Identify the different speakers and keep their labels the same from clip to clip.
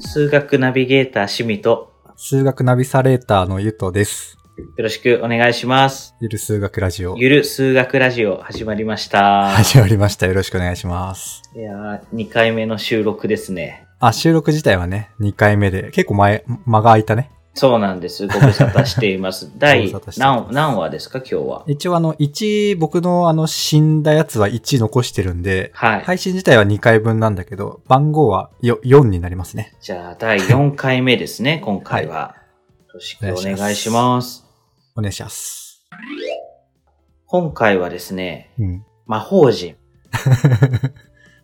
Speaker 1: 数学ナビゲーター趣味と、
Speaker 2: 数学ナビサレーターのゆとです。
Speaker 1: よろしくお願いします。
Speaker 2: ゆる数学ラジオ。
Speaker 1: ゆる数学ラジオ始まりました。
Speaker 2: 始まりました。よろしくお願いします。
Speaker 1: いやー、2回目の収録ですね。
Speaker 2: あ、収録自体はね、2回目で、結構前、間が空いたね。
Speaker 1: そうなんです。ご無沙汰してい ます。第
Speaker 2: ご無沙汰してます
Speaker 1: 何何話ですか今日は。
Speaker 2: 一応あの、1、僕のあの、死んだやつは1残してるんで、
Speaker 1: はい。
Speaker 2: 配信自体は2回分なんだけど、番号はよ4になりますね。
Speaker 1: じゃあ、第4回目ですね、今回は。よろしくお願いします。
Speaker 2: お願いします。
Speaker 1: 今回はですね、
Speaker 2: うん。
Speaker 1: 魔法人。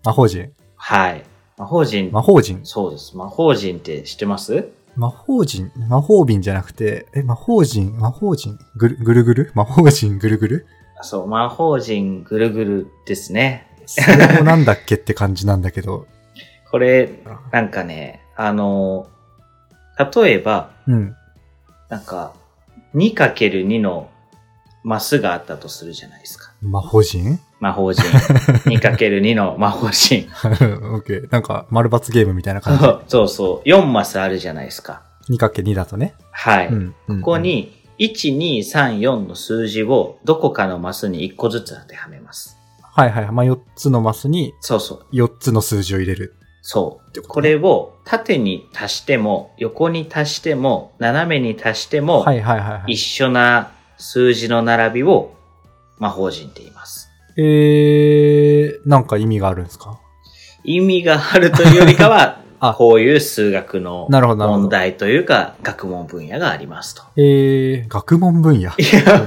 Speaker 2: 魔法人。
Speaker 1: はい。魔法人。
Speaker 2: 魔法人。
Speaker 1: そうです。魔法人って知ってます
Speaker 2: 魔法人魔法瓶じゃなくて、え、魔法人魔法人ぐる、ぐるぐる魔法人ぐるぐ る
Speaker 1: あそう、魔法人ぐるぐるですね。
Speaker 2: それもなんだっけって感じなんだけど。
Speaker 1: これ、なんかね、あの、例えば、
Speaker 2: うん。
Speaker 1: なんか、2×2 のマスがあったとするじゃないですか。
Speaker 2: 魔法 人
Speaker 1: 魔法人。2×2 の魔法人。
Speaker 2: オッケー。なんか、丸抜ゲームみたいな感 じ。
Speaker 1: そうそう。4マスあるじゃないですか。
Speaker 2: 2×2 だとね。
Speaker 1: はい。
Speaker 2: うん。こ
Speaker 1: ここ、に、1234の数字をどこかのマスに1個ずつ当てはめます。
Speaker 2: はいはい。まあ、4つのマスに
Speaker 1: そうそう。
Speaker 2: 4つの数字を入れる
Speaker 1: そ
Speaker 2: って
Speaker 1: う。
Speaker 2: こと
Speaker 1: こ
Speaker 2: ね、
Speaker 1: れを縦に足しても、横に足しても、斜めに足しても、
Speaker 2: はいはいはい、はい
Speaker 1: 一。緒な数字の並びを魔法人って言います。
Speaker 2: えー、なんか意味があるんですか
Speaker 1: 意味があるというよりかは
Speaker 2: あ、
Speaker 1: こういう数学の
Speaker 2: なるほどなるほど
Speaker 1: 問題というか、学問分野がありますと。
Speaker 2: えー、学問分野。
Speaker 1: いや、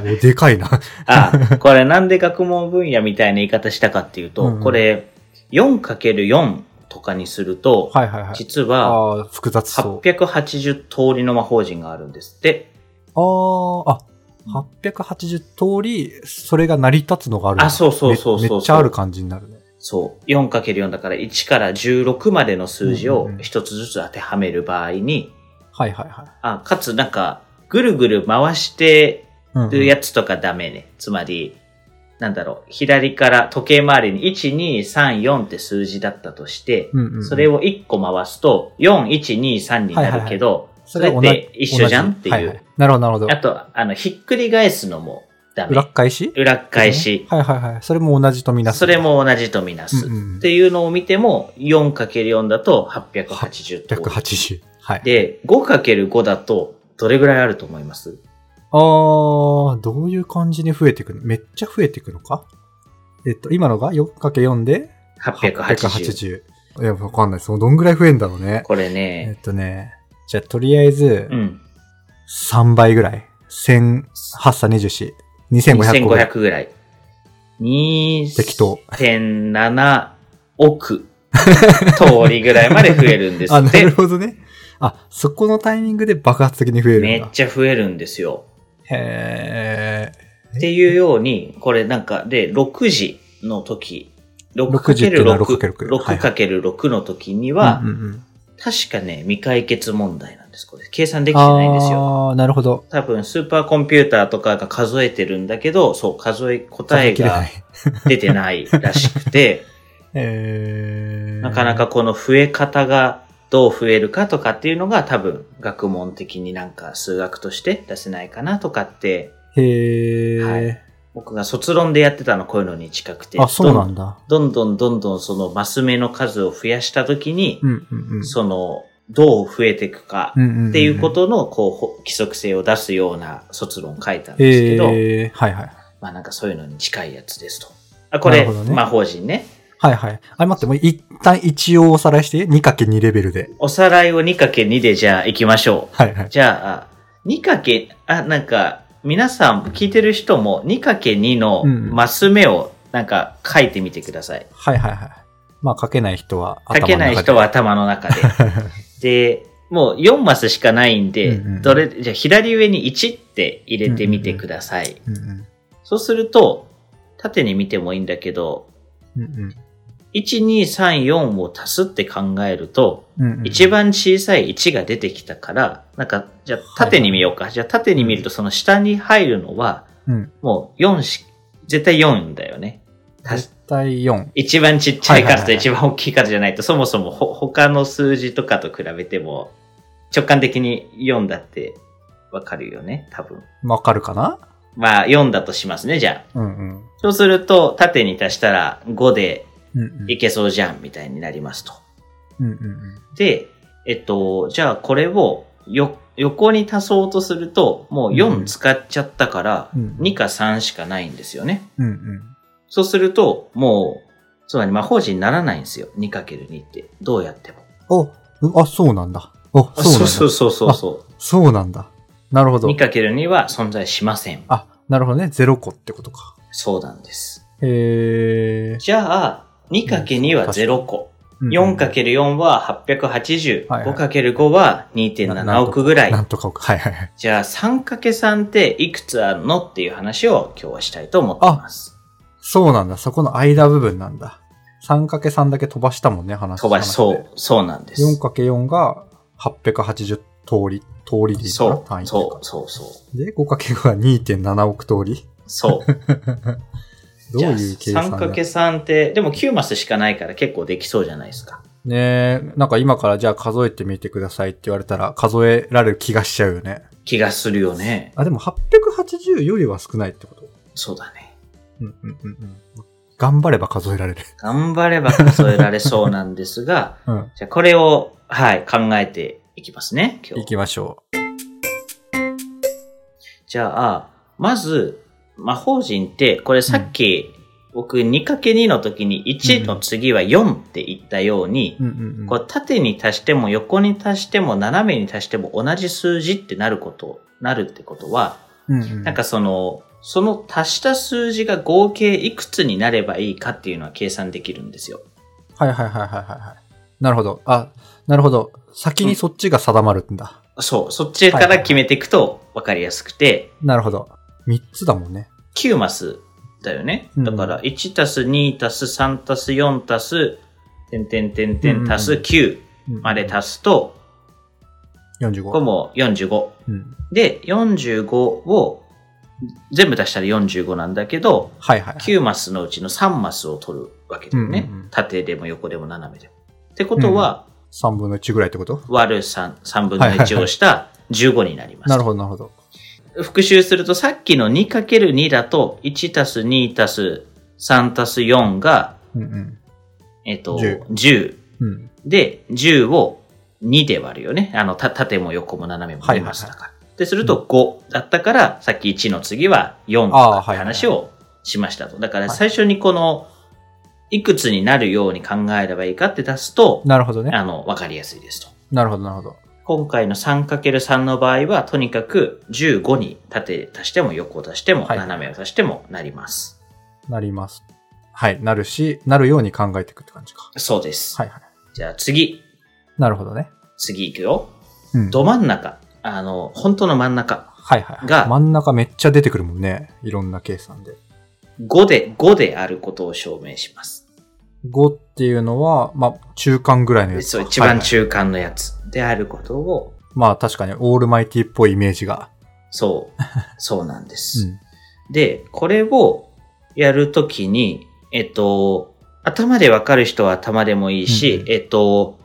Speaker 2: おで か いな。
Speaker 1: あ、これなんで学問分野みたいな言い方したかっていうと、
Speaker 2: うんうん
Speaker 1: これ 4×4 とかにすると、
Speaker 2: はいはいはい。
Speaker 1: 実は
Speaker 2: あー複雑そう。
Speaker 1: 880通りの魔法人があるんですって。
Speaker 2: あー、あ、880通り、それが成り立つのがあるんだ
Speaker 1: あそうそうそうそう
Speaker 2: めめっちゃある感じになるね。
Speaker 1: そう。4×4 だから1から16までの数字
Speaker 2: うん
Speaker 1: を
Speaker 2: うんうん
Speaker 1: 一つずつ当てはめる場合に、
Speaker 2: はいはいはい。
Speaker 1: あ、かつなんか、ぐるぐる回して
Speaker 2: うんうん
Speaker 1: るやつとかダメね。つまり、なんだろう、左から時計回りに1、2、3、4って数字だったとして、
Speaker 2: うんうんうん
Speaker 1: それを1個回すと、4、1、2、3になるけど、それ
Speaker 2: が
Speaker 1: っ
Speaker 2: 同じ
Speaker 1: て一緒じゃんって
Speaker 2: はいは
Speaker 1: う。
Speaker 2: なるほどなるほど
Speaker 1: あ。と、あの、ひっくり返すのもダメ
Speaker 2: 裏。返し
Speaker 1: 裏返し。
Speaker 2: はいはいはい。それも同じとみなす。
Speaker 1: それも同じとみなす。
Speaker 2: うんうん
Speaker 1: っていうのを見ても、4×4 だと880通り。
Speaker 2: 180。はい。
Speaker 1: で、5×5 だと、どれぐらいあると思います
Speaker 2: あー、どういう感じに増えていくのめっちゃ増えていくのかえっと、今のが 4×4 で
Speaker 1: ?880。
Speaker 2: いや、わかんない。そのどんぐらい増えんだろうね。
Speaker 1: これ
Speaker 2: えっ
Speaker 1: ね、
Speaker 2: とね、じゃあとりあえず
Speaker 1: う、ん。
Speaker 2: 3倍ぐらい。1000、824、2500個ぐらい。
Speaker 1: 2500ぐらい。
Speaker 2: 適当
Speaker 1: 2.7億 通りぐらいまで増えるんです
Speaker 2: あ、
Speaker 1: っ
Speaker 2: なる
Speaker 1: て。
Speaker 2: ほどね。あ、そこのタイミングで爆発的に増えるんだ。
Speaker 1: めっちゃ増えるんですよ。
Speaker 2: へー。
Speaker 1: っていうように、これなんか、で、6時の時、
Speaker 2: 時っていうのは
Speaker 1: 6×6、
Speaker 2: 6×6 はいはい
Speaker 1: 6×6 の時には
Speaker 2: うん、うんうん、
Speaker 1: 確かね、未解決問題なんです。これ、計算できてないんですよ。
Speaker 2: あーなるほど。
Speaker 1: 多分、スーパーコンピューターとかが数えてるんだけど、そう、数え、答え
Speaker 2: 切れな
Speaker 1: が
Speaker 2: い。
Speaker 1: 出てないらしくて、
Speaker 2: えー、
Speaker 1: なかなかこの増え方がどう増えるかとかっていうのが多分学問的になんか数学として出せないかなとかって
Speaker 2: へー、
Speaker 1: はい僕が卒論でやってたのこういうのに近くて
Speaker 2: あ、そうなんだ。
Speaker 1: どんどんどんどんそのマス目の数を増やした時に、
Speaker 2: うんうんうん。
Speaker 1: そのどう増えていくか
Speaker 2: うんんんん
Speaker 1: っていうことのこうほ規則性を出すような卒論書いたんですけど、
Speaker 2: えー、はいはい。
Speaker 1: まあなんかそういうのに近いやつですと。あこれ、
Speaker 2: なるほどね
Speaker 1: 魔法人ね。
Speaker 2: はいはい。あれ待って、もう一旦一応おさらいして、2×2 レベルで。
Speaker 1: おさらいを 2×2 でじゃあ行きましょう。
Speaker 2: はいはい。
Speaker 1: じゃあ、2かけ、あ、なんか、皆さん、聞いてる人も2かけ2の
Speaker 2: うん
Speaker 1: マス目を、なんか、書いてみてください。
Speaker 2: はいはいはい。まあ、書けない人は
Speaker 1: 書けない人
Speaker 2: は。
Speaker 1: は頭の中 で。で、もう4マスしかないんで、
Speaker 2: うんうん
Speaker 1: どれ、じゃあ左上に1って入れてみてください。
Speaker 2: うんうん
Speaker 1: そうすると、縦に見てもいいんだけど、
Speaker 2: うんうん
Speaker 1: 1、2、3、4を足すって考えると、
Speaker 2: うんうん
Speaker 1: 一番小さい1が出てきたから、なんか、じゃあ縦に見ようか。じゃあ縦に見ると、その下に入るのは、
Speaker 2: うん
Speaker 1: もう4し、絶対4だよね。足
Speaker 2: 絶
Speaker 1: し
Speaker 2: 対4。
Speaker 1: 一番ちっちゃい数
Speaker 2: はいはいは
Speaker 1: と
Speaker 2: いはい
Speaker 1: 一番大きい数じゃないと、そもそもほ他の数字とかと比べても、直感的に4だってわかるよね、多分。
Speaker 2: わかるかな
Speaker 1: まあ4だとしますね、じゃあ。
Speaker 2: うんうん。
Speaker 1: そうすると、縦に足したら5で
Speaker 2: うんうん。
Speaker 1: いけそうじゃん、みたいになりますと。
Speaker 2: うんうんうん。
Speaker 1: で、えっと、じゃあこれをよ横に足そうとすると、もう
Speaker 2: う
Speaker 1: 4
Speaker 2: ん
Speaker 1: 使っちゃったから、
Speaker 2: うん
Speaker 1: 2か3しかないんですよね。
Speaker 2: うんうん。
Speaker 1: そうすると、もう、そうだね、魔法陣にならないんですよ。2×2 って。どうやっても。
Speaker 2: お、うあ、そうなんだ。お、
Speaker 1: あ
Speaker 2: そうな
Speaker 1: そうそう
Speaker 2: んだ。
Speaker 1: そうそうそ
Speaker 2: そうなんだ。なるほ
Speaker 1: う。
Speaker 2: ど。
Speaker 1: 2×2 は存在しません。
Speaker 2: あ、なるほどね。0個ってことか。
Speaker 1: そうなんです。
Speaker 2: へえ。
Speaker 1: じゃあ、2×2 は0個。
Speaker 2: うんうん。
Speaker 1: 4×4 は880。
Speaker 2: はいはい
Speaker 1: 5×5 は2.7億ぐらい
Speaker 2: な。んとか億。はいはいはい。
Speaker 1: じゃあ 3×3 っていくつあるのっていう話を今日はしたいと思ってます。
Speaker 2: そうなんだ。そこの間部分なんだ。3×3 だけ飛ばしたもんね、話。
Speaker 1: 飛ばし、
Speaker 2: 話
Speaker 1: そ
Speaker 2: で
Speaker 1: う、そうなんです。
Speaker 2: 4×4 が880通り、通りでいいの
Speaker 1: そ
Speaker 2: かな単
Speaker 1: う、
Speaker 2: 位という
Speaker 1: そう、
Speaker 2: か
Speaker 1: そう、そう。
Speaker 2: で、5×5 は2.7億通り。
Speaker 1: そう。
Speaker 2: どういう計算
Speaker 1: じゃあ
Speaker 2: だ
Speaker 1: 3×3 って、でも9マスしかないから結構できそうじゃないですか。
Speaker 2: ねえ、なんか今からじゃあ数えてみてくださいって言われたら数えられる気がしちゃうよね。
Speaker 1: 気がするよね。
Speaker 2: あ、でも880よりは少ないってこと
Speaker 1: そうだね。
Speaker 2: うんうんうんうん。頑張れば数えられる。
Speaker 1: 頑張れば数えられそうなんですが、
Speaker 2: うん。
Speaker 1: じゃあこれを、はい、考えていきますね、今
Speaker 2: 行き
Speaker 1: 日。
Speaker 2: ましょ
Speaker 1: じゃあ、まず、魔法陣って、これさっき、僕 2×2 の時に1の次は4って言ったように、
Speaker 2: う。うんうんうん。
Speaker 1: こう縦に足しても横に足しても斜めに足しても同じ数字ってなること、なるってことは、
Speaker 2: うんうん、
Speaker 1: なんかその、その足した数字が合計いくつになればいいかっていうのは計算できるんですよ。
Speaker 2: はいはいはいはいはいはい。なるほど。あ、なるほど。先にそっちが定まるんだ。
Speaker 1: そう、そっちから決めていくと分かりやすくて、
Speaker 2: なるほど。3つだもんね。
Speaker 1: 9マスだよね。
Speaker 2: うん
Speaker 1: だから、1たす2たす3たす4たす、点点点点たす
Speaker 2: うん
Speaker 1: 9
Speaker 2: うん
Speaker 1: まで足すと、
Speaker 2: 45。
Speaker 1: ここも45。
Speaker 2: うん。
Speaker 1: で、45を全部足したら45なんだけど、
Speaker 2: はいはい、はい。
Speaker 1: 9マスのうちの3マスを取るわけだよね。
Speaker 2: うんうん
Speaker 1: 縦でも横でも斜めでも。ってことは、
Speaker 2: 3分の1ぐらいってこと
Speaker 1: 割る3、3分の1をした15になります。
Speaker 2: なるほどなるほど。
Speaker 1: 復習するとさっきの 2×2 だと1たす2たす3たす4が、
Speaker 2: うんうん。
Speaker 1: えっと、
Speaker 2: 10
Speaker 1: 10,
Speaker 2: うん。
Speaker 1: で、10を2で割るよね。あの、た縦も横も斜めも
Speaker 2: はい
Speaker 1: 2
Speaker 2: はいはい
Speaker 1: マスだから。で、すると5だったから、さっき1の次は4と
Speaker 2: ああ
Speaker 1: かっ
Speaker 2: はいはい
Speaker 1: て話をしましたと。だから
Speaker 2: はい
Speaker 1: 最初にこの、いくつになるように考えればいいかって出すと、
Speaker 2: なるほどね。
Speaker 1: あの、わかりやすいですと。
Speaker 2: なるほどなるほど。
Speaker 1: 今回の 3×3 の場合は、とにかく15に縦足しても横足しても
Speaker 2: はい
Speaker 1: 斜めを足してもなります。
Speaker 2: なります。はい。なるし、なるように考えていくって感じか。
Speaker 1: そうです。
Speaker 2: はいはい。
Speaker 1: じゃあ次、
Speaker 2: なるほどね。
Speaker 1: 次行くよ。
Speaker 2: うん。
Speaker 1: ど真ん中。あの、本当の真ん中。
Speaker 2: はいはいはい。
Speaker 1: が
Speaker 2: 真ん中めっちゃ出てくるもんね。いろんな計算で。
Speaker 1: 5で、5であることを証明します。
Speaker 2: 5っていうのは、まあ、中間ぐらいのやつか。
Speaker 1: そう、一番
Speaker 2: はいはい
Speaker 1: 中間のやつであることを、
Speaker 2: まあ確かにオールマイティっぽいイメージが。
Speaker 1: そう、そうなんで
Speaker 2: う
Speaker 1: す。
Speaker 2: ん。
Speaker 1: で、これをやるときに、えっと、頭でわかる人は頭でもいいし、
Speaker 2: うんうん
Speaker 1: えっと、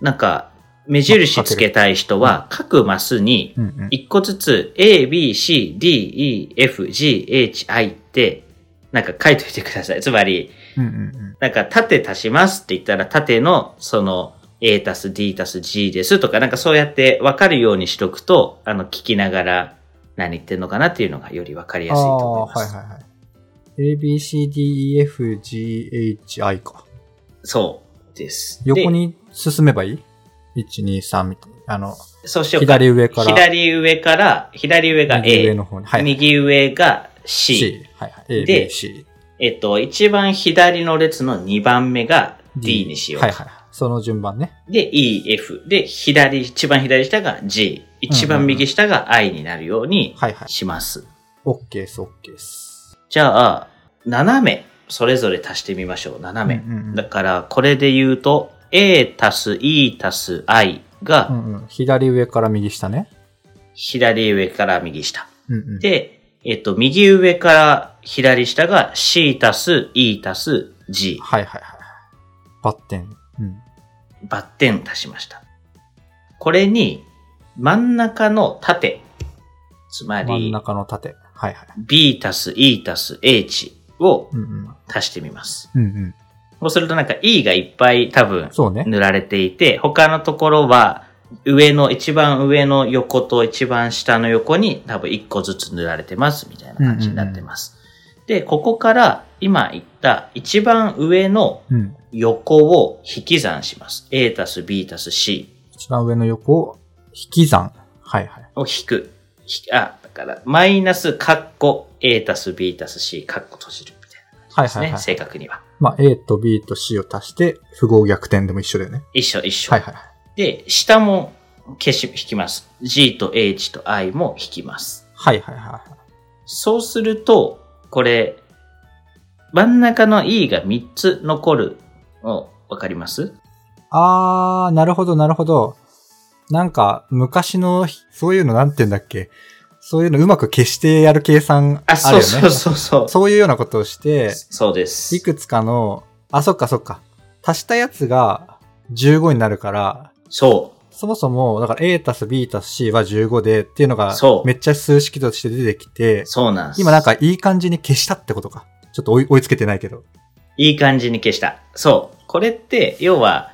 Speaker 1: なんか、目印つけたい人は、各マスに、
Speaker 2: うんうん。
Speaker 1: 一個ずつ、A, B, C, D, E, F, G, H, I って、なんか書いといてください。つまり、
Speaker 2: うんうん
Speaker 1: なんか縦足しますって言ったら、縦の、その、A 足す D 足す G ですとか、なんかそうやってわかるようにしとくと、あの、聞きながら何言ってんのかなっていうのがよりわかり
Speaker 2: うん。
Speaker 1: やすいと思います。
Speaker 2: あーはいはいはい。A, B, C, D, E, F, G, H, I か。
Speaker 1: そうです。
Speaker 2: 横に進めばいい ?1、2、3みたいな。あの、
Speaker 1: で、そうしようか。
Speaker 2: 左上から。
Speaker 1: 左上から、左上が A、
Speaker 2: 右
Speaker 1: 右
Speaker 2: 上
Speaker 1: 上
Speaker 2: の方に。はい。
Speaker 1: が C。
Speaker 2: C。はいはい。A,
Speaker 1: で
Speaker 2: B, C。
Speaker 1: えっと、一番左の列の2番目が D にしよう。
Speaker 2: はいはい。その順番ね。
Speaker 1: で、E、F。で、左、一番左下が G。一番右下が I になるように
Speaker 2: はいはい。
Speaker 1: します。
Speaker 2: OK です、OK です。
Speaker 1: じゃあ、斜め、それぞれ足してみましょう。斜め。
Speaker 2: うんうんうん
Speaker 1: だから、これで言うと、A 足す E 足す I
Speaker 2: う
Speaker 1: が
Speaker 2: んうん。左上から右下ね。
Speaker 1: 左上から右下。
Speaker 2: うんうん。
Speaker 1: で、えっと、右上から左下が C 足す E 足す G。
Speaker 2: はいはいはい。バッテン。うん。
Speaker 1: バッテン足しました。これに、真ん中の縦。つま
Speaker 2: 真ん
Speaker 1: り、
Speaker 2: 中の縦。はいはい。
Speaker 1: B 足す E 足す H を
Speaker 2: うんうん。
Speaker 1: 足してみます。
Speaker 2: うんうん。
Speaker 1: そうするとなんか E がいっぱい多分
Speaker 2: そうね。
Speaker 1: 塗られていて、他のところは上の、一番上の横と一番下の横に多分一個ずつ塗られてます、みたいな感じになってます。で、ここから今言った一番上の
Speaker 2: うん。
Speaker 1: 横を引き算します。A たす B たす C
Speaker 2: 一番上の横を引き算。はいはい。
Speaker 1: を引く。ひあ、だから、マイナスカッコ A たす B たす C カッコ閉じるみたいな
Speaker 2: は
Speaker 1: 感じで
Speaker 2: い
Speaker 1: す
Speaker 2: は
Speaker 1: ね。
Speaker 2: いはい。
Speaker 1: 正確には。
Speaker 2: まあ、A と B と C を足して、符号逆転でも一緒だよね。
Speaker 1: 一緒一緒。
Speaker 2: はいはい。
Speaker 1: で、下も消し、引きます。G と H と I も引きます。
Speaker 2: はいはいはい。
Speaker 1: そうすると、これ、真ん中の E が3つ残るの、わかります
Speaker 2: あー、なるほどなるほど。なんか、昔の、そういうのなんて言うんだっけ。そういうのうまく消してやる計算あ
Speaker 1: あ、
Speaker 2: るよ
Speaker 1: そ
Speaker 2: ね。
Speaker 1: うそうそうそう。
Speaker 2: そういうようなことをして、
Speaker 1: そうで
Speaker 2: い
Speaker 1: す。
Speaker 2: くつかの、あ、そっかそっか。足したやつが15になるから、
Speaker 1: そ
Speaker 2: そもそも、だから A たす B たす C は15でっていうのが
Speaker 1: そ、う
Speaker 2: めっちゃ数式として出てきて
Speaker 1: う。、そうなんです。
Speaker 2: 今なんかいい感じに消したってことか。ちょっと追い追いつけてないけど。
Speaker 1: いい感じに消した。そう。これって、要は、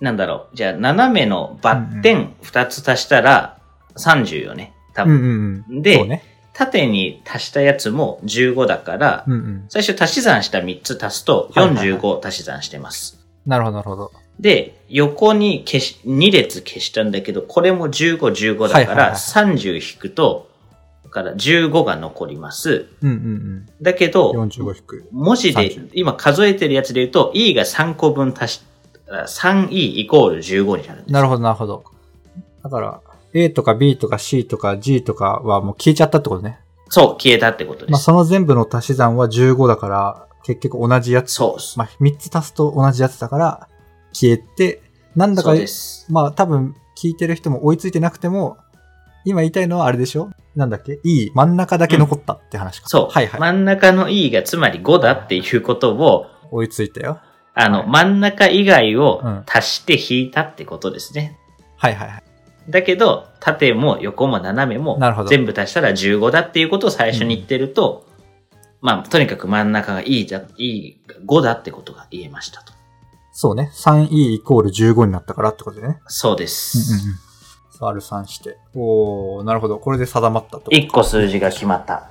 Speaker 1: なんだろう。じゃあ、斜めのバッテ
Speaker 2: う
Speaker 1: ン2つ足したら30よね。多
Speaker 2: うん
Speaker 1: 分。
Speaker 2: うんうん。
Speaker 1: で
Speaker 2: そうね。
Speaker 1: 縦に足したやつも15だから、
Speaker 2: うんうん。
Speaker 1: 最初足し算した3つ足すと
Speaker 2: はいはいはい
Speaker 1: 45足し算してます。
Speaker 2: なるほどなるほど。
Speaker 1: で、横に消し、2列消したんだけど、これも15、15
Speaker 2: は
Speaker 1: だ
Speaker 2: い
Speaker 1: か
Speaker 2: はいはい
Speaker 1: ら、30引くと、だから15が残ります。
Speaker 2: うんうん
Speaker 1: だけ
Speaker 2: うん。
Speaker 1: ど、
Speaker 2: 45引く。
Speaker 1: 文字で
Speaker 2: 30、
Speaker 1: 今数えてるやつで言うと、e が3個分足し、3e イコール15になるんです。
Speaker 2: なるほどなるほど。だから、A とか B とか C とか G とかはもう消えちゃったってことね。
Speaker 1: そう、消えたってことで
Speaker 2: まあ
Speaker 1: す。
Speaker 2: その全部の足し算は15だから、結局同じやつ。
Speaker 1: そう、
Speaker 2: まあ3つ足すと同じやつだから、消えて、なんだか
Speaker 1: そう、です。
Speaker 2: まあ多分聞いてる人も追いついてなくても、今言いたいのはあれでしょなんだっけいい真ん中だけ残ったって話か。
Speaker 1: そう、
Speaker 2: はいはい。
Speaker 1: 真ん中の e がつまり5だっていうことを、
Speaker 2: 追いついたよ。
Speaker 1: あの、
Speaker 2: はい
Speaker 1: 真ん中以外を
Speaker 2: うん
Speaker 1: 足して引いたってことですね。
Speaker 2: はいはいはい。
Speaker 1: だけど、縦も横も斜めも
Speaker 2: なるほど
Speaker 1: 全部足したら15だっていうことを最初に言ってると、まあ、とにかく真ん中がいいだ、いい、5だってことが言えましたと。
Speaker 2: そうね。3E イコール15になったからってことでね。
Speaker 1: そうです。
Speaker 2: うんうん。R3 して。おー、なるほど。これで定まったと。
Speaker 1: 1個数字が決まった。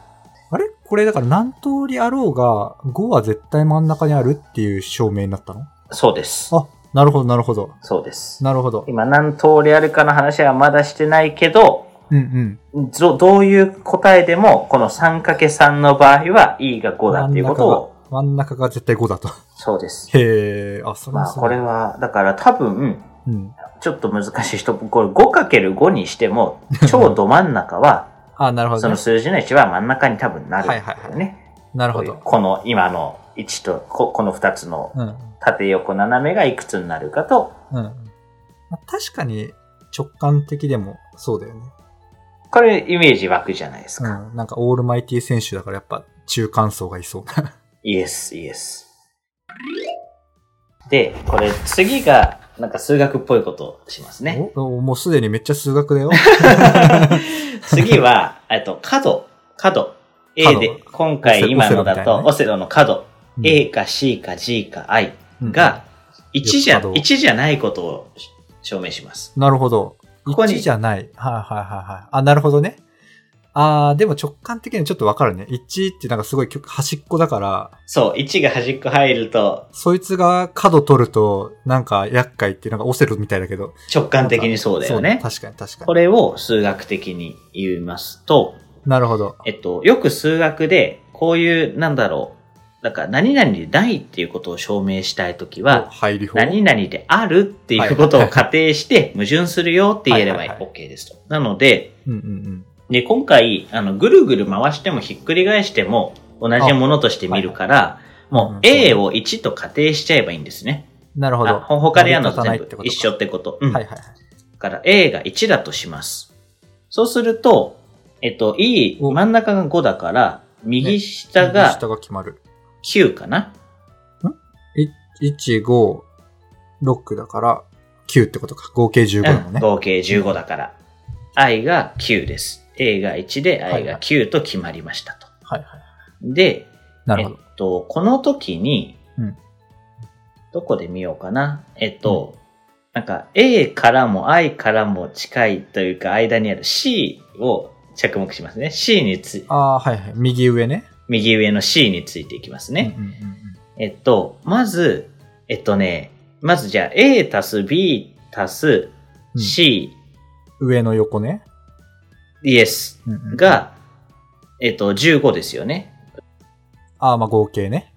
Speaker 2: あれこれだから何通りあろうが、5は絶対真ん中にあるっていう証明になったの
Speaker 1: そうです。
Speaker 2: あ、なるほど、なるほど。
Speaker 1: そうです。
Speaker 2: なるほど。
Speaker 1: 今何通りあるかの話はまだしてないけど、
Speaker 2: うんうん。
Speaker 1: どどういう答えでも、この 3×3 の場合は E が5だっていうことを、
Speaker 2: 真ん中が絶対5だと。
Speaker 1: そうです。
Speaker 2: へー、あ、それ
Speaker 1: ま
Speaker 2: は
Speaker 1: あ、
Speaker 2: そう
Speaker 1: これは、だから多分、
Speaker 2: うん。
Speaker 1: ちょっと難しい人、これ 5×5 にして も、超ど真ん中は、
Speaker 2: あ、なるほ
Speaker 1: そ
Speaker 2: ど、ね
Speaker 1: の。数字の1は真ん中に多分なる、
Speaker 2: はいはいはい
Speaker 1: ね。
Speaker 2: なるほ
Speaker 1: こうい
Speaker 2: ど
Speaker 1: う。この今の1とこ、この2つの
Speaker 2: うん。うん。
Speaker 1: 縦横斜めがいくつになるかと、
Speaker 2: まあ確かに直感的でもそうだよね。
Speaker 1: これイメージ湧くじゃないですか。
Speaker 2: うん。なんかオールマイティ選手だからやっぱ中間層がいそう。
Speaker 1: イエス、イエス。で、これ次が、なんか数学っぽいことをしますね。
Speaker 2: おおもうすでにめっちゃ数学 だよ。
Speaker 1: 次は、えっと、角、角。A
Speaker 2: 角
Speaker 1: で、今回今のだと、オ
Speaker 2: オ
Speaker 1: セロの角。
Speaker 2: うん
Speaker 1: A か C か G か I が、1じゃ、
Speaker 2: 角
Speaker 1: 1じゃないことを証明します。
Speaker 2: なるほど。
Speaker 1: ここに
Speaker 2: 1じゃない。はいはいはいはい。あ、なるほどね。あー、でも直感的にちょっとわかるね。1ってなんかすごい端っこだから、
Speaker 1: そう、1が端っこ入ると
Speaker 2: そいつが角取ると、なんか厄介ってなんかオセロみたいだけど。
Speaker 1: 直感的にそうだよね。
Speaker 2: 確かに確か
Speaker 1: こ
Speaker 2: に。
Speaker 1: れを数学的に言いますと、
Speaker 2: なるほど。
Speaker 1: えっと、よく数学で、こういう、なんだろう、なんか何々でないっていうことを証明したいときは、
Speaker 2: 入り法。
Speaker 1: 何々であるっていうことを仮定して矛盾するよって言えれば
Speaker 2: はいはいは
Speaker 1: OK ですと。なので、
Speaker 2: うんうんうん。
Speaker 1: で、今回、あの、ぐるぐる回してもひっくり返しても同じものとして見るから、
Speaker 2: い
Speaker 1: もう
Speaker 2: うん
Speaker 1: A を1と仮定しちゃえばいいんですね。
Speaker 2: なるほ
Speaker 1: あ
Speaker 2: ど。
Speaker 1: ほ他でやるのと
Speaker 2: 成
Speaker 1: 全
Speaker 2: り立たな
Speaker 1: 部
Speaker 2: いってこと
Speaker 1: 一
Speaker 2: か
Speaker 1: 緒ってこと。うん。
Speaker 2: はいはいはい。
Speaker 1: だから A が1だとします。そうすると、えっと、いい、
Speaker 2: お
Speaker 1: 真ん中が5だから、右下
Speaker 2: 右
Speaker 1: が
Speaker 2: 下が決まる。
Speaker 1: 9かな。
Speaker 2: 1、5、6だから、9ってことか。合計15だもん
Speaker 1: うん
Speaker 2: ね。
Speaker 1: 合計15だから。i が9です。a が1で
Speaker 2: はい
Speaker 1: i が9と決まりましたと。
Speaker 2: はいはい。
Speaker 1: で、
Speaker 2: なるほど。
Speaker 1: えっと、この時に、
Speaker 2: うん
Speaker 1: どこで見ようかな。えっと、なんか A からも I からも近いというか間にある C を着目しますね。C につ、
Speaker 2: ああー、はいはい。右上ね。
Speaker 1: 右上の C についていきますね。
Speaker 2: うんうんうん
Speaker 1: えっと、まず、えっとね、まずじゃあ A 足す B 足す
Speaker 2: うん
Speaker 1: C、
Speaker 2: うん上の横ね。
Speaker 1: イエス
Speaker 2: うんうん、
Speaker 1: が、えっと、15ですよね。
Speaker 2: ああ、まあ合計ね。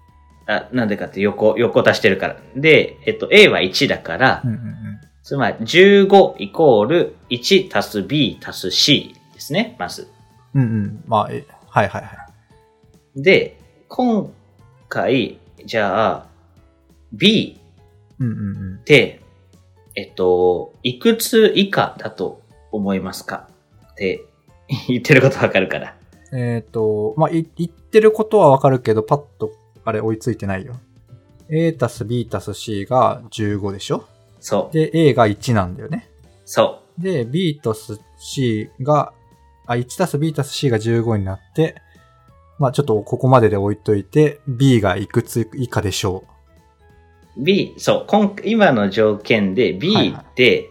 Speaker 1: あ、なんでかって横、横足してるから。で、えっと、A は1だから、
Speaker 2: うんうんうん
Speaker 1: つまり15イコール1足す B 足す C ですね、まず。
Speaker 2: うんうん。まあ、えはいはいはい。
Speaker 1: で、今回、じゃあ、B
Speaker 2: うんうんうん
Speaker 1: っ。て、えっと、いくつ以下だと思いますかって言ってることわかるから。
Speaker 2: えっ、と、まあ、い言ってることはわかるけど、パッと、あれ追いついてないよ。A たす B たす C が15でしょ
Speaker 1: そう。
Speaker 2: で、A が1なんだよね。
Speaker 1: そ
Speaker 2: で、B たす C が、あ、1たす B たす C が15になって、まあ、ちょっとここまでで置いといて、B がいくつ以下でしょ
Speaker 1: う。B、そう。今今の条件で
Speaker 2: はい
Speaker 1: B
Speaker 2: はい
Speaker 1: って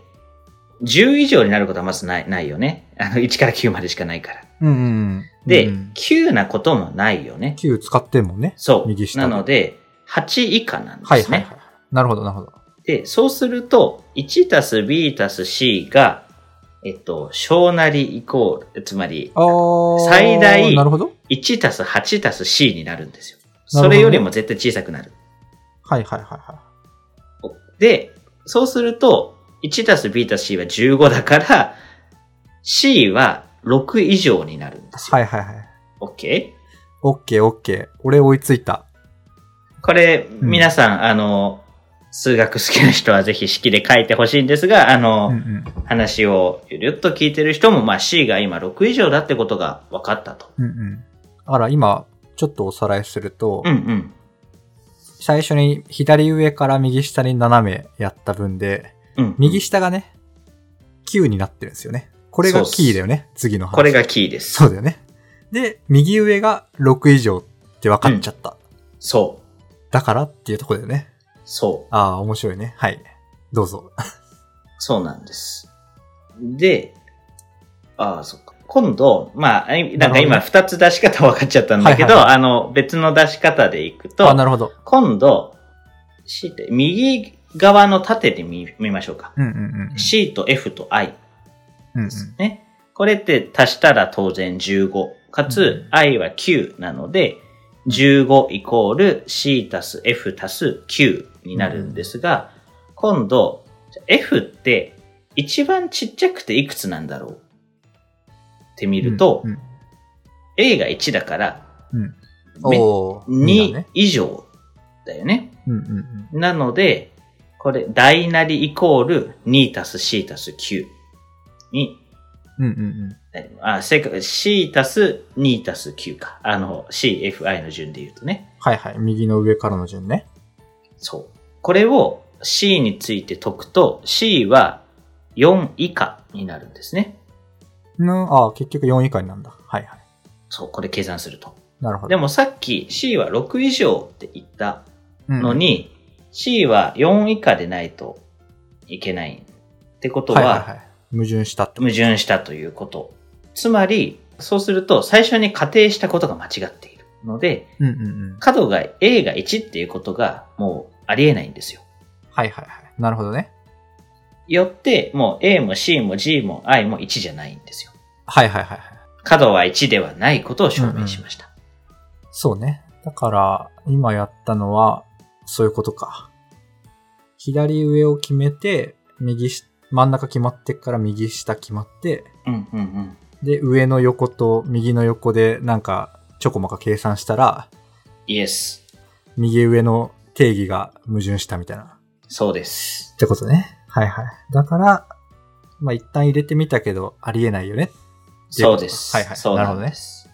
Speaker 1: 10以上になることはまずないないよね。あの、1から9までしかないから。
Speaker 2: う。うんうんうん。
Speaker 1: で、
Speaker 2: うん
Speaker 1: 9なこともないよね。
Speaker 2: 9使ってんもんね。
Speaker 1: そう。
Speaker 2: 右下
Speaker 1: な
Speaker 2: が
Speaker 1: ので、8以下なんで
Speaker 2: はい
Speaker 1: すね。
Speaker 2: はいはい。なるほど、なるほど。
Speaker 1: で、そうすると、1たす B たす C が、えっと、小なりイコール、つまり、
Speaker 2: あー
Speaker 1: 最大
Speaker 2: なるほど。
Speaker 1: 1たす8たす C になるんですよ。
Speaker 2: なるほ
Speaker 1: そ
Speaker 2: どね
Speaker 1: れよりも絶対小さくなる。
Speaker 2: はいはいはいはい。
Speaker 1: で、そうすると、1たす B たす C は15だから、C は6以上になるんですよ。
Speaker 2: はいはいはい。
Speaker 1: OK?
Speaker 2: オッケーオッケー。俺追いついた。
Speaker 1: これ、
Speaker 2: うん
Speaker 1: 皆さん、あの、数学好きな人はぜひ式で書いてほしいんですが、あの、
Speaker 2: うんうん。
Speaker 1: 話をゆるっと聞いてる人も、まあ C が今6以上だってことが分かったと。
Speaker 2: うんうん。だから今、ちょっとおさらいすると、
Speaker 1: うんうん。
Speaker 2: 最初に左上から右下に斜めやった分で、
Speaker 1: うん、
Speaker 2: 右下がね、9になってるんですよね。これがキーだよね、次の話。
Speaker 1: これ。がキーです。
Speaker 2: そうだよね。で、右上が6以上って分かっちゃった。
Speaker 1: そ
Speaker 2: だからっていうとこだよね。
Speaker 1: う。そう。
Speaker 2: ああ、面白いね。はい。どうぞ。
Speaker 1: そうなんです。で、ああ、そっか。今度、まあ、いなんか今
Speaker 2: な
Speaker 1: 2つ出し方分かっちゃったんだけど、
Speaker 2: はいは
Speaker 1: あの、別の出し方でいく
Speaker 2: あ
Speaker 1: と、
Speaker 2: なるほど。
Speaker 1: 今度、C って右側の縦で見見ましょうか。
Speaker 2: うんうんうん。
Speaker 1: C と F と I
Speaker 2: うんうん
Speaker 1: ですね。これって足したら当然15。かつ、
Speaker 2: う
Speaker 1: i は9なので、15イコール c 足す f 足す9になるんですが、今度、f って一番ちっちゃくていくつなんだろうって見ると、
Speaker 2: うん
Speaker 1: a が1だから、
Speaker 2: うん。
Speaker 1: め
Speaker 2: おー二だ
Speaker 1: 2
Speaker 2: ね
Speaker 1: 以上だよね。
Speaker 2: うんうんうん。
Speaker 1: なので、これ、大なりイコール2足す c 足す9に
Speaker 2: うんうんうん。
Speaker 1: あ、正確、C 足す2足す9か。あの、CFI の順で言うとね。
Speaker 2: はいはい。右の上からの順ね。
Speaker 1: そう。これを C について解くと、C は4以下になるんですね。
Speaker 2: の、ああ、結局4以下になんだ。はいはい。
Speaker 1: そう、これ計算すると。
Speaker 2: なるほど。
Speaker 1: でもさっき C は6以上って言った
Speaker 2: うん
Speaker 1: の、に、C は4以下でないといけない。ってこと
Speaker 2: はいはい
Speaker 1: は、
Speaker 2: はい。矛盾したってこと
Speaker 1: 矛盾したということ。つまり、そうすると最初に仮定したことが間違っているので、
Speaker 2: うんうんうん。
Speaker 1: 角が A が1っていうことがもうありえないんですよ。
Speaker 2: はいはいはい。なるほどね。
Speaker 1: よって、もう A も C も G も I も1じゃないんですよ。
Speaker 2: はいはいはいはい。
Speaker 1: 角は1ではないことを証明しました。
Speaker 2: そうね。だから、今やったのは、そういうことか。左上を決めて、右し、真ん中決まってっから右下決まって、
Speaker 1: うんうんうん。
Speaker 2: で、上の横と右の横でなんか、ちょこまか計算したら、
Speaker 1: イエス。
Speaker 2: 右上の定義が矛盾したみたいな。
Speaker 1: そうです。
Speaker 2: ってことね。はいはい。だから、まあ一旦入れてみたけど、ありえないよね
Speaker 1: そうです。
Speaker 2: はいはい
Speaker 1: そうな
Speaker 2: なる
Speaker 1: ん
Speaker 2: ほどね
Speaker 1: です。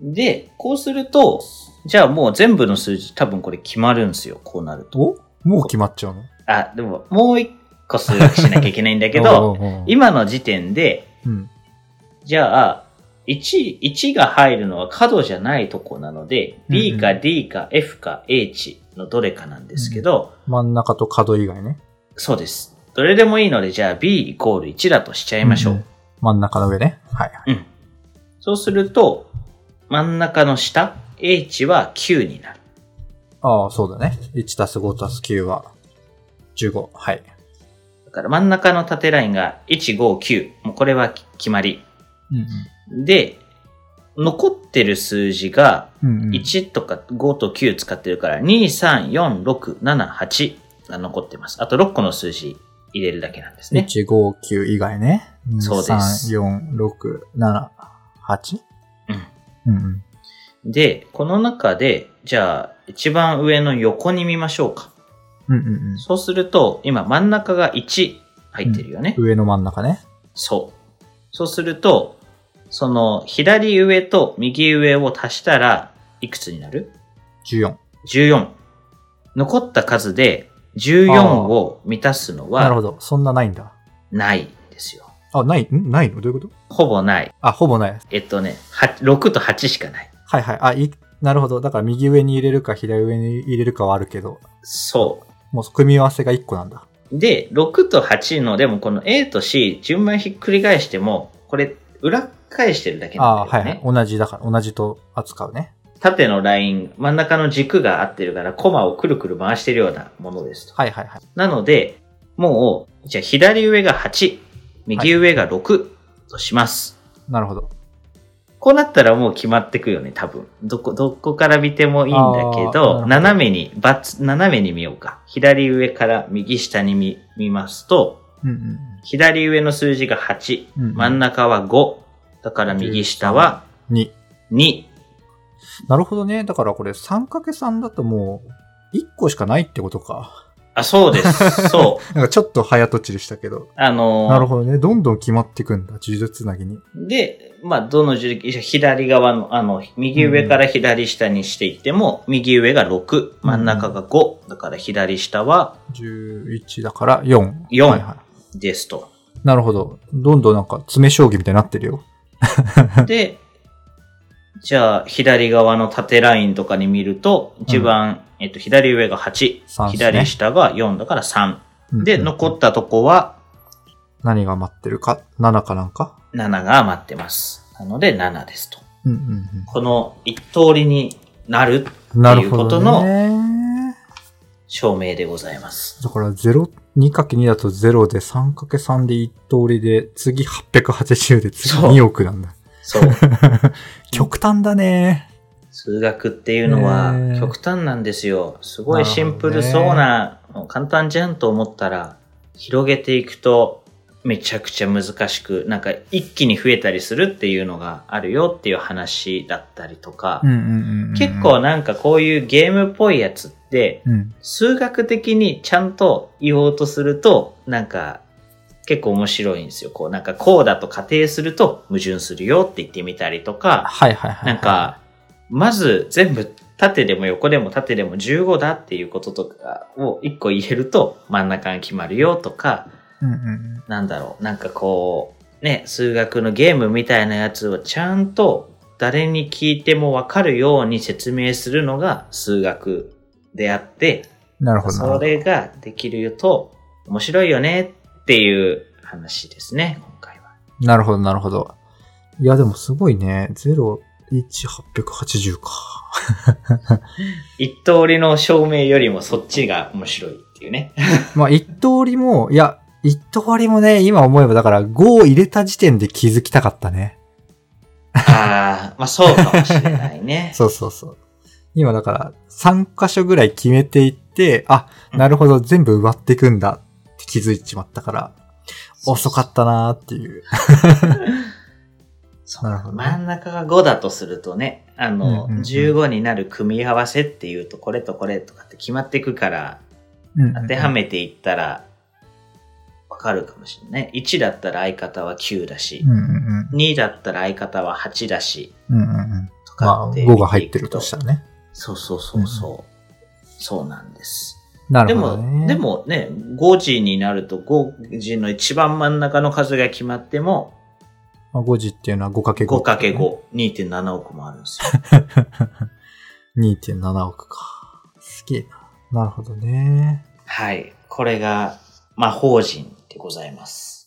Speaker 1: で、こうすると、じゃあもう全部の数字多分これ決まるんですよ。こうなると。
Speaker 2: おもう決まっちゃうの
Speaker 1: あ、でももう一個数学しなきゃいけないんだけ
Speaker 2: お
Speaker 1: ど、
Speaker 2: うおうおう
Speaker 1: 今の時点で、
Speaker 2: うん。
Speaker 1: じゃあ、1、1が入るのは角じゃないとこなので、
Speaker 2: うんうん
Speaker 1: B か D か F か H のどれかなんですけど、
Speaker 2: 真ん中と角以外ね。
Speaker 1: そうです。どれでもいいので、じゃあ B イコール1だとしちゃいましょう。
Speaker 2: んん。真ん中の上ね。はいはい。
Speaker 1: うん。そうすると、真ん中の下、H は9になる。
Speaker 2: ああ、そうだね。1たす5たす9は15。はい。
Speaker 1: だから真ん中の縦ラインが1、5、9。もうこれは決まり。
Speaker 2: うん
Speaker 1: で、残ってる数字が
Speaker 2: うん。うんうん。
Speaker 1: 1とか5と9使ってるから、2、3、4、6、7、8が残ってます。あと6個の数字入れるだけなんですね。
Speaker 2: 159以外ね。2
Speaker 1: そうです
Speaker 2: 3、4、6、7、8?
Speaker 1: うん。
Speaker 2: うんうん。
Speaker 1: で、この中で、じゃあ一番上の横に見ましょうか。
Speaker 2: うんうんうん。
Speaker 1: そうすると、今真ん中が1入ってるよね。
Speaker 2: 上の真ん中ね。
Speaker 1: そう。そうすると、その左上と右上を足したら、いくつになる
Speaker 2: 14。
Speaker 1: ?14。残った数で14を満たすの
Speaker 2: なる
Speaker 1: は
Speaker 2: ほど。そんなないんだ。
Speaker 1: ないんですよ。
Speaker 2: あ、ない、んないのどういうこと
Speaker 1: ほぼない。
Speaker 2: あ、ほぼない。
Speaker 1: えっとね、は6と8しかない。
Speaker 2: はいはい。あ、いい。なるほど。だから右上に入れるか左上に入れるかはあるけど、
Speaker 1: そ
Speaker 2: もう組み合わせが1個なんだ。
Speaker 1: う。で、6と8の、でもこの A と C 順番ひっくり返しても、これ裏返してるだけ
Speaker 2: あ
Speaker 1: なん
Speaker 2: あ、
Speaker 1: だ
Speaker 2: は
Speaker 1: よ
Speaker 2: い
Speaker 1: ね。
Speaker 2: はい。同じだから、同じと扱うね。
Speaker 1: 縦のライン、真ん中の軸が合ってるから、コマをくるくる回してるようなものですと。
Speaker 2: はいはいはい。
Speaker 1: なので、もう、じゃあ左上が8、右上が6とします。
Speaker 2: なるほど。
Speaker 1: こうなったらもう決まってくよね、多分。どこ、どこから見てもいいんだけ
Speaker 2: あーなるほ
Speaker 1: ど、
Speaker 2: ど
Speaker 1: 斜めに、バツ、斜めに見ようか。左上から右下に見、見ますと、
Speaker 2: うんうん
Speaker 1: 左上の数字が8、
Speaker 2: うん
Speaker 1: 真ん中は5、だから右下は
Speaker 2: うん。2。
Speaker 1: 2。
Speaker 2: なるほどね。だからこれ 3×3 だともう1個しかないってことか。
Speaker 1: あ、そう です。そう。
Speaker 2: なんかちょっと早とちりしたけど。
Speaker 1: あのー
Speaker 2: なるほどね。どんどん決まっていくんだ。呪術つなぎに。
Speaker 1: で、まあ、どの順左側の、あの、右上から左下にしていっても、右上が6、真ん中が5、だから左下は
Speaker 2: 11だから4。
Speaker 1: 4
Speaker 2: はいは
Speaker 1: ですと。
Speaker 2: い。なるほど。どんどんなんか詰め将棋みたいになってるよ。
Speaker 1: で、じゃあ、左側の縦ラインとかに見ると、一番、えっと、左上が8、
Speaker 2: 三っすね
Speaker 1: 左下が4だから3。
Speaker 2: うん
Speaker 1: で、
Speaker 2: うん
Speaker 1: 残ったとこは
Speaker 2: 何が待ってるか ?7 かなんか
Speaker 1: 7が余ってます。なので、7ですと。
Speaker 2: うんうん
Speaker 1: この一通りになる
Speaker 2: うん。なるほ
Speaker 1: っていうこと
Speaker 2: ど
Speaker 1: の
Speaker 2: ね。
Speaker 1: 証明でございます。
Speaker 2: だから0、2×2 だと0で 3×3 で1通りで、次880で次
Speaker 1: そう
Speaker 2: 2億なんだ。
Speaker 1: そう。
Speaker 2: 極端だね。
Speaker 1: 数学っていうのは
Speaker 2: ねえ
Speaker 1: 極端なんですよ。すごいシンプルそうな、簡単じゃんと思ったら、広げていくとめちゃくちゃ難しく、なんか一気に増えたりするっていうのがあるよっていう話だったりとか、
Speaker 2: うんうんうんうん。
Speaker 1: 結構なんかこういうゲームっぽいやつって、
Speaker 2: うん。
Speaker 1: 数学的にちゃんと言おうとすると、なんか結構面白いんですよ。こうなんかこうだと仮定すると矛盾するよって言ってみたりとか、
Speaker 2: はいはいは
Speaker 1: な
Speaker 2: い。
Speaker 1: ん、か、まず全部縦でも横でも縦でも15だっていうこととかを1個入れると真ん中が決まるよとか、
Speaker 2: うんうんうん。
Speaker 1: なんだろう、なんかこう、ね、数学のゲームみたいなやつをちゃんと誰に聞いてもわかるように説明するのが数学であって、
Speaker 2: なるほどなる
Speaker 1: そ
Speaker 2: ほど。
Speaker 1: れができると面白いよねっていう話ですね、今回は。
Speaker 2: なるほど、なるほど。いや、でもすごいね。0、1、880か。
Speaker 1: 一通りの証明よりもそっちが面白いっていうね。
Speaker 2: まあ、一通りも、いや、一通りもね、今思えば、だから5を入れた時点で気づきたかったね。
Speaker 1: ああ、まあそうかもしれないね。
Speaker 2: そうそうそう。今だから、3箇所ぐらい決めていって、あ、
Speaker 1: うん
Speaker 2: なるほど、全部奪っていくんだって気づいちまったから、遅か
Speaker 1: た。
Speaker 2: ったなーって いう。なるほどね
Speaker 1: 真ん中が5だとするとね、あの、
Speaker 2: うんうんうん
Speaker 1: 15になる組み合わせっていうと、これとこれとかって決まっていくから、当てはめていったら、わかるかもしれない。1だったら相方は9だし
Speaker 2: うん、うんうん
Speaker 1: 2だったら相方は8だし、
Speaker 2: うんうんうん。
Speaker 1: と
Speaker 2: ま
Speaker 1: か
Speaker 2: あ、
Speaker 1: って。
Speaker 2: 5が入ってるとした
Speaker 1: ら。
Speaker 2: らね。
Speaker 1: そうそうそうそう。そうなんです。
Speaker 2: な
Speaker 1: で
Speaker 2: るほどね。
Speaker 1: も、で、もね、5時になると5時の一番真ん中の数が決まっても、
Speaker 2: まあ、5時っていうのは 5×5、
Speaker 1: 5×5、。2.7億もあるんですよ。
Speaker 2: 2.7億か。すげえな。なるほどね。
Speaker 1: はい。これが、魔法人でございます。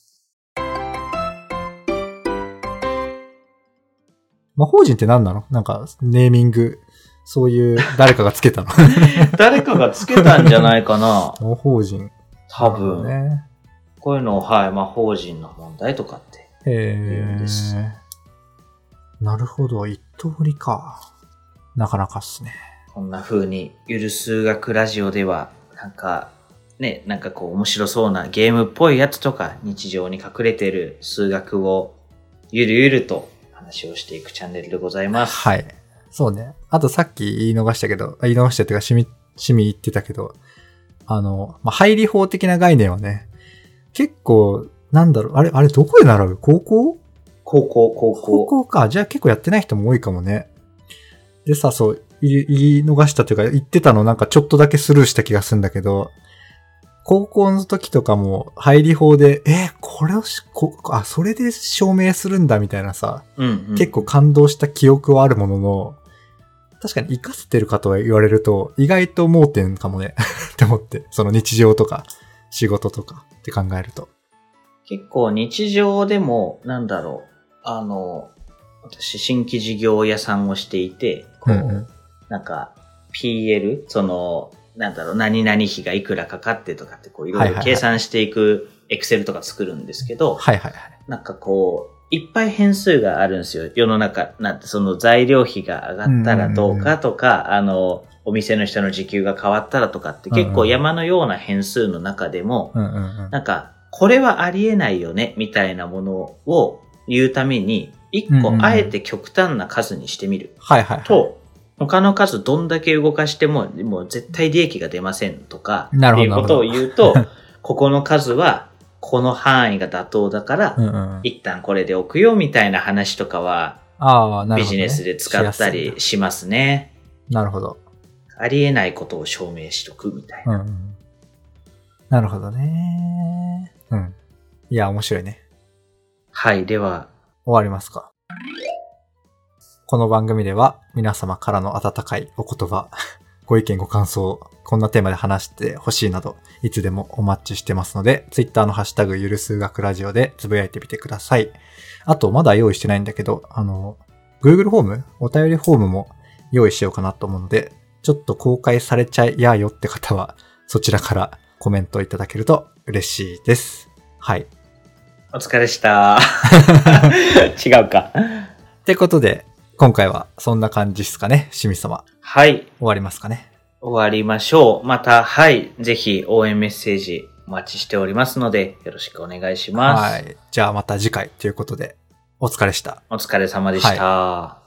Speaker 2: 魔法人って何なのなんか、ネーミング、そういう誰かがつけたの。
Speaker 1: 誰かがつけたんじゃないかな
Speaker 2: 魔法人。
Speaker 1: 多分。
Speaker 2: ね。
Speaker 1: こういうのを、はい、魔法人の問題とかって。
Speaker 2: え
Speaker 1: で
Speaker 2: ー
Speaker 1: す。
Speaker 2: なるほど。一通りか。なかなかっすね。
Speaker 1: こんな風に、ゆる数学ラジオでは、なんか、ね、なんかこう面白そうなゲームっぽいやつとか、日常に隠れてる数学を、ゆるゆると話をしていくチャンネルでございます。
Speaker 2: はい。そうね。あとさっき言い逃したけど、あ言い逃したっていうか、しみ、しみ言ってたけど、あの、まあ、入り法的な概念はね、結構、なんだろう、あれ、あれどこで習う高校
Speaker 1: 高校、高
Speaker 2: 高
Speaker 1: 校。
Speaker 2: 校か。じゃあ結構やってない人も多いかもね。でさ、そう、言い言い逃したというか、言ってたのなんかちょっとだけスルーした気がするんだけど、高校の時とかも、入り法で、えーこれをしこ、あ、それで証明するんだみたいなさ、
Speaker 1: うん、うん。
Speaker 2: 結構感動した記憶はあるものの、確かに活かせてるかとは言われると、意外と盲点かもね、 って思って、その日常とか、仕事とかって考えると。
Speaker 1: 結構日常でも、なんだろう、あの、私、新規事業屋さんをしていて、こう、
Speaker 2: うんうん
Speaker 1: なんか、PL、その、なんだろう、何々費がいくらかかってとかって、こう、いろ
Speaker 2: はいい
Speaker 1: ろ
Speaker 2: はいは
Speaker 1: 計
Speaker 2: い
Speaker 1: 算していく、エクセルとか作るんですけど、
Speaker 2: はいはいはい。
Speaker 1: なんかこう、いっぱい変数があるんですよ。世の中、なんて、その材料費が上がったらどうかとか、あの、お店の人の時給が変わったらとかって、結構山のような変数の中でも、
Speaker 2: うんうんうん。
Speaker 1: なんか、これはありえないよね、みたいなものを言うために、一個
Speaker 2: うんうん
Speaker 1: あえて極端な数にしてみる
Speaker 2: はいはいはい。
Speaker 1: と、他の数どんだけ動かしても、もう絶対利益が出ませんとか、って
Speaker 2: なるほ
Speaker 1: い
Speaker 2: ど
Speaker 1: う
Speaker 2: なる
Speaker 1: こ
Speaker 2: ほ
Speaker 1: と
Speaker 2: ど
Speaker 1: を言うと、 ここの数は、この範囲が妥当だから
Speaker 2: う、んうんうん。
Speaker 1: 一旦これでおくよ、みたいな話とかは、
Speaker 2: ああ、なる
Speaker 1: ビ
Speaker 2: ほど、
Speaker 1: ジ
Speaker 2: ね。
Speaker 1: ネスで使ったりしますね。
Speaker 2: なるほど。
Speaker 1: ありえないことを証明しとくみたいな。
Speaker 2: うんうん。なるほどね。うん。いや、面白いね。
Speaker 1: はい、では、
Speaker 2: 終わりますか。この番組では皆様からの温かいお言葉、 ご意見ご感想、こんなテーマで話してほしいなど、いつでもお待ちしてますので、Twitter のハッシュタグゆる数学ラジオでつぶやいてみてください。あと、まだ用意してないんだけど、あの、Google フォームお便りフォームも用意しようかなと思うので、ちょっと公開されちゃいやよって方は、そちらからコメントいただけると嬉しいです。はい。
Speaker 1: お疲れで した。違うか。
Speaker 2: ってことで、今回はそんな感じですかね、清水様。
Speaker 1: はい。
Speaker 2: 終わりますかね。
Speaker 1: 終わりましょう。また、はい。ぜひ応援メッセージお待ちしておりますので、よろしくお願いします。
Speaker 2: はい。じゃあまた次回ということで、お疲れでした。
Speaker 1: お疲れ様でした。
Speaker 2: は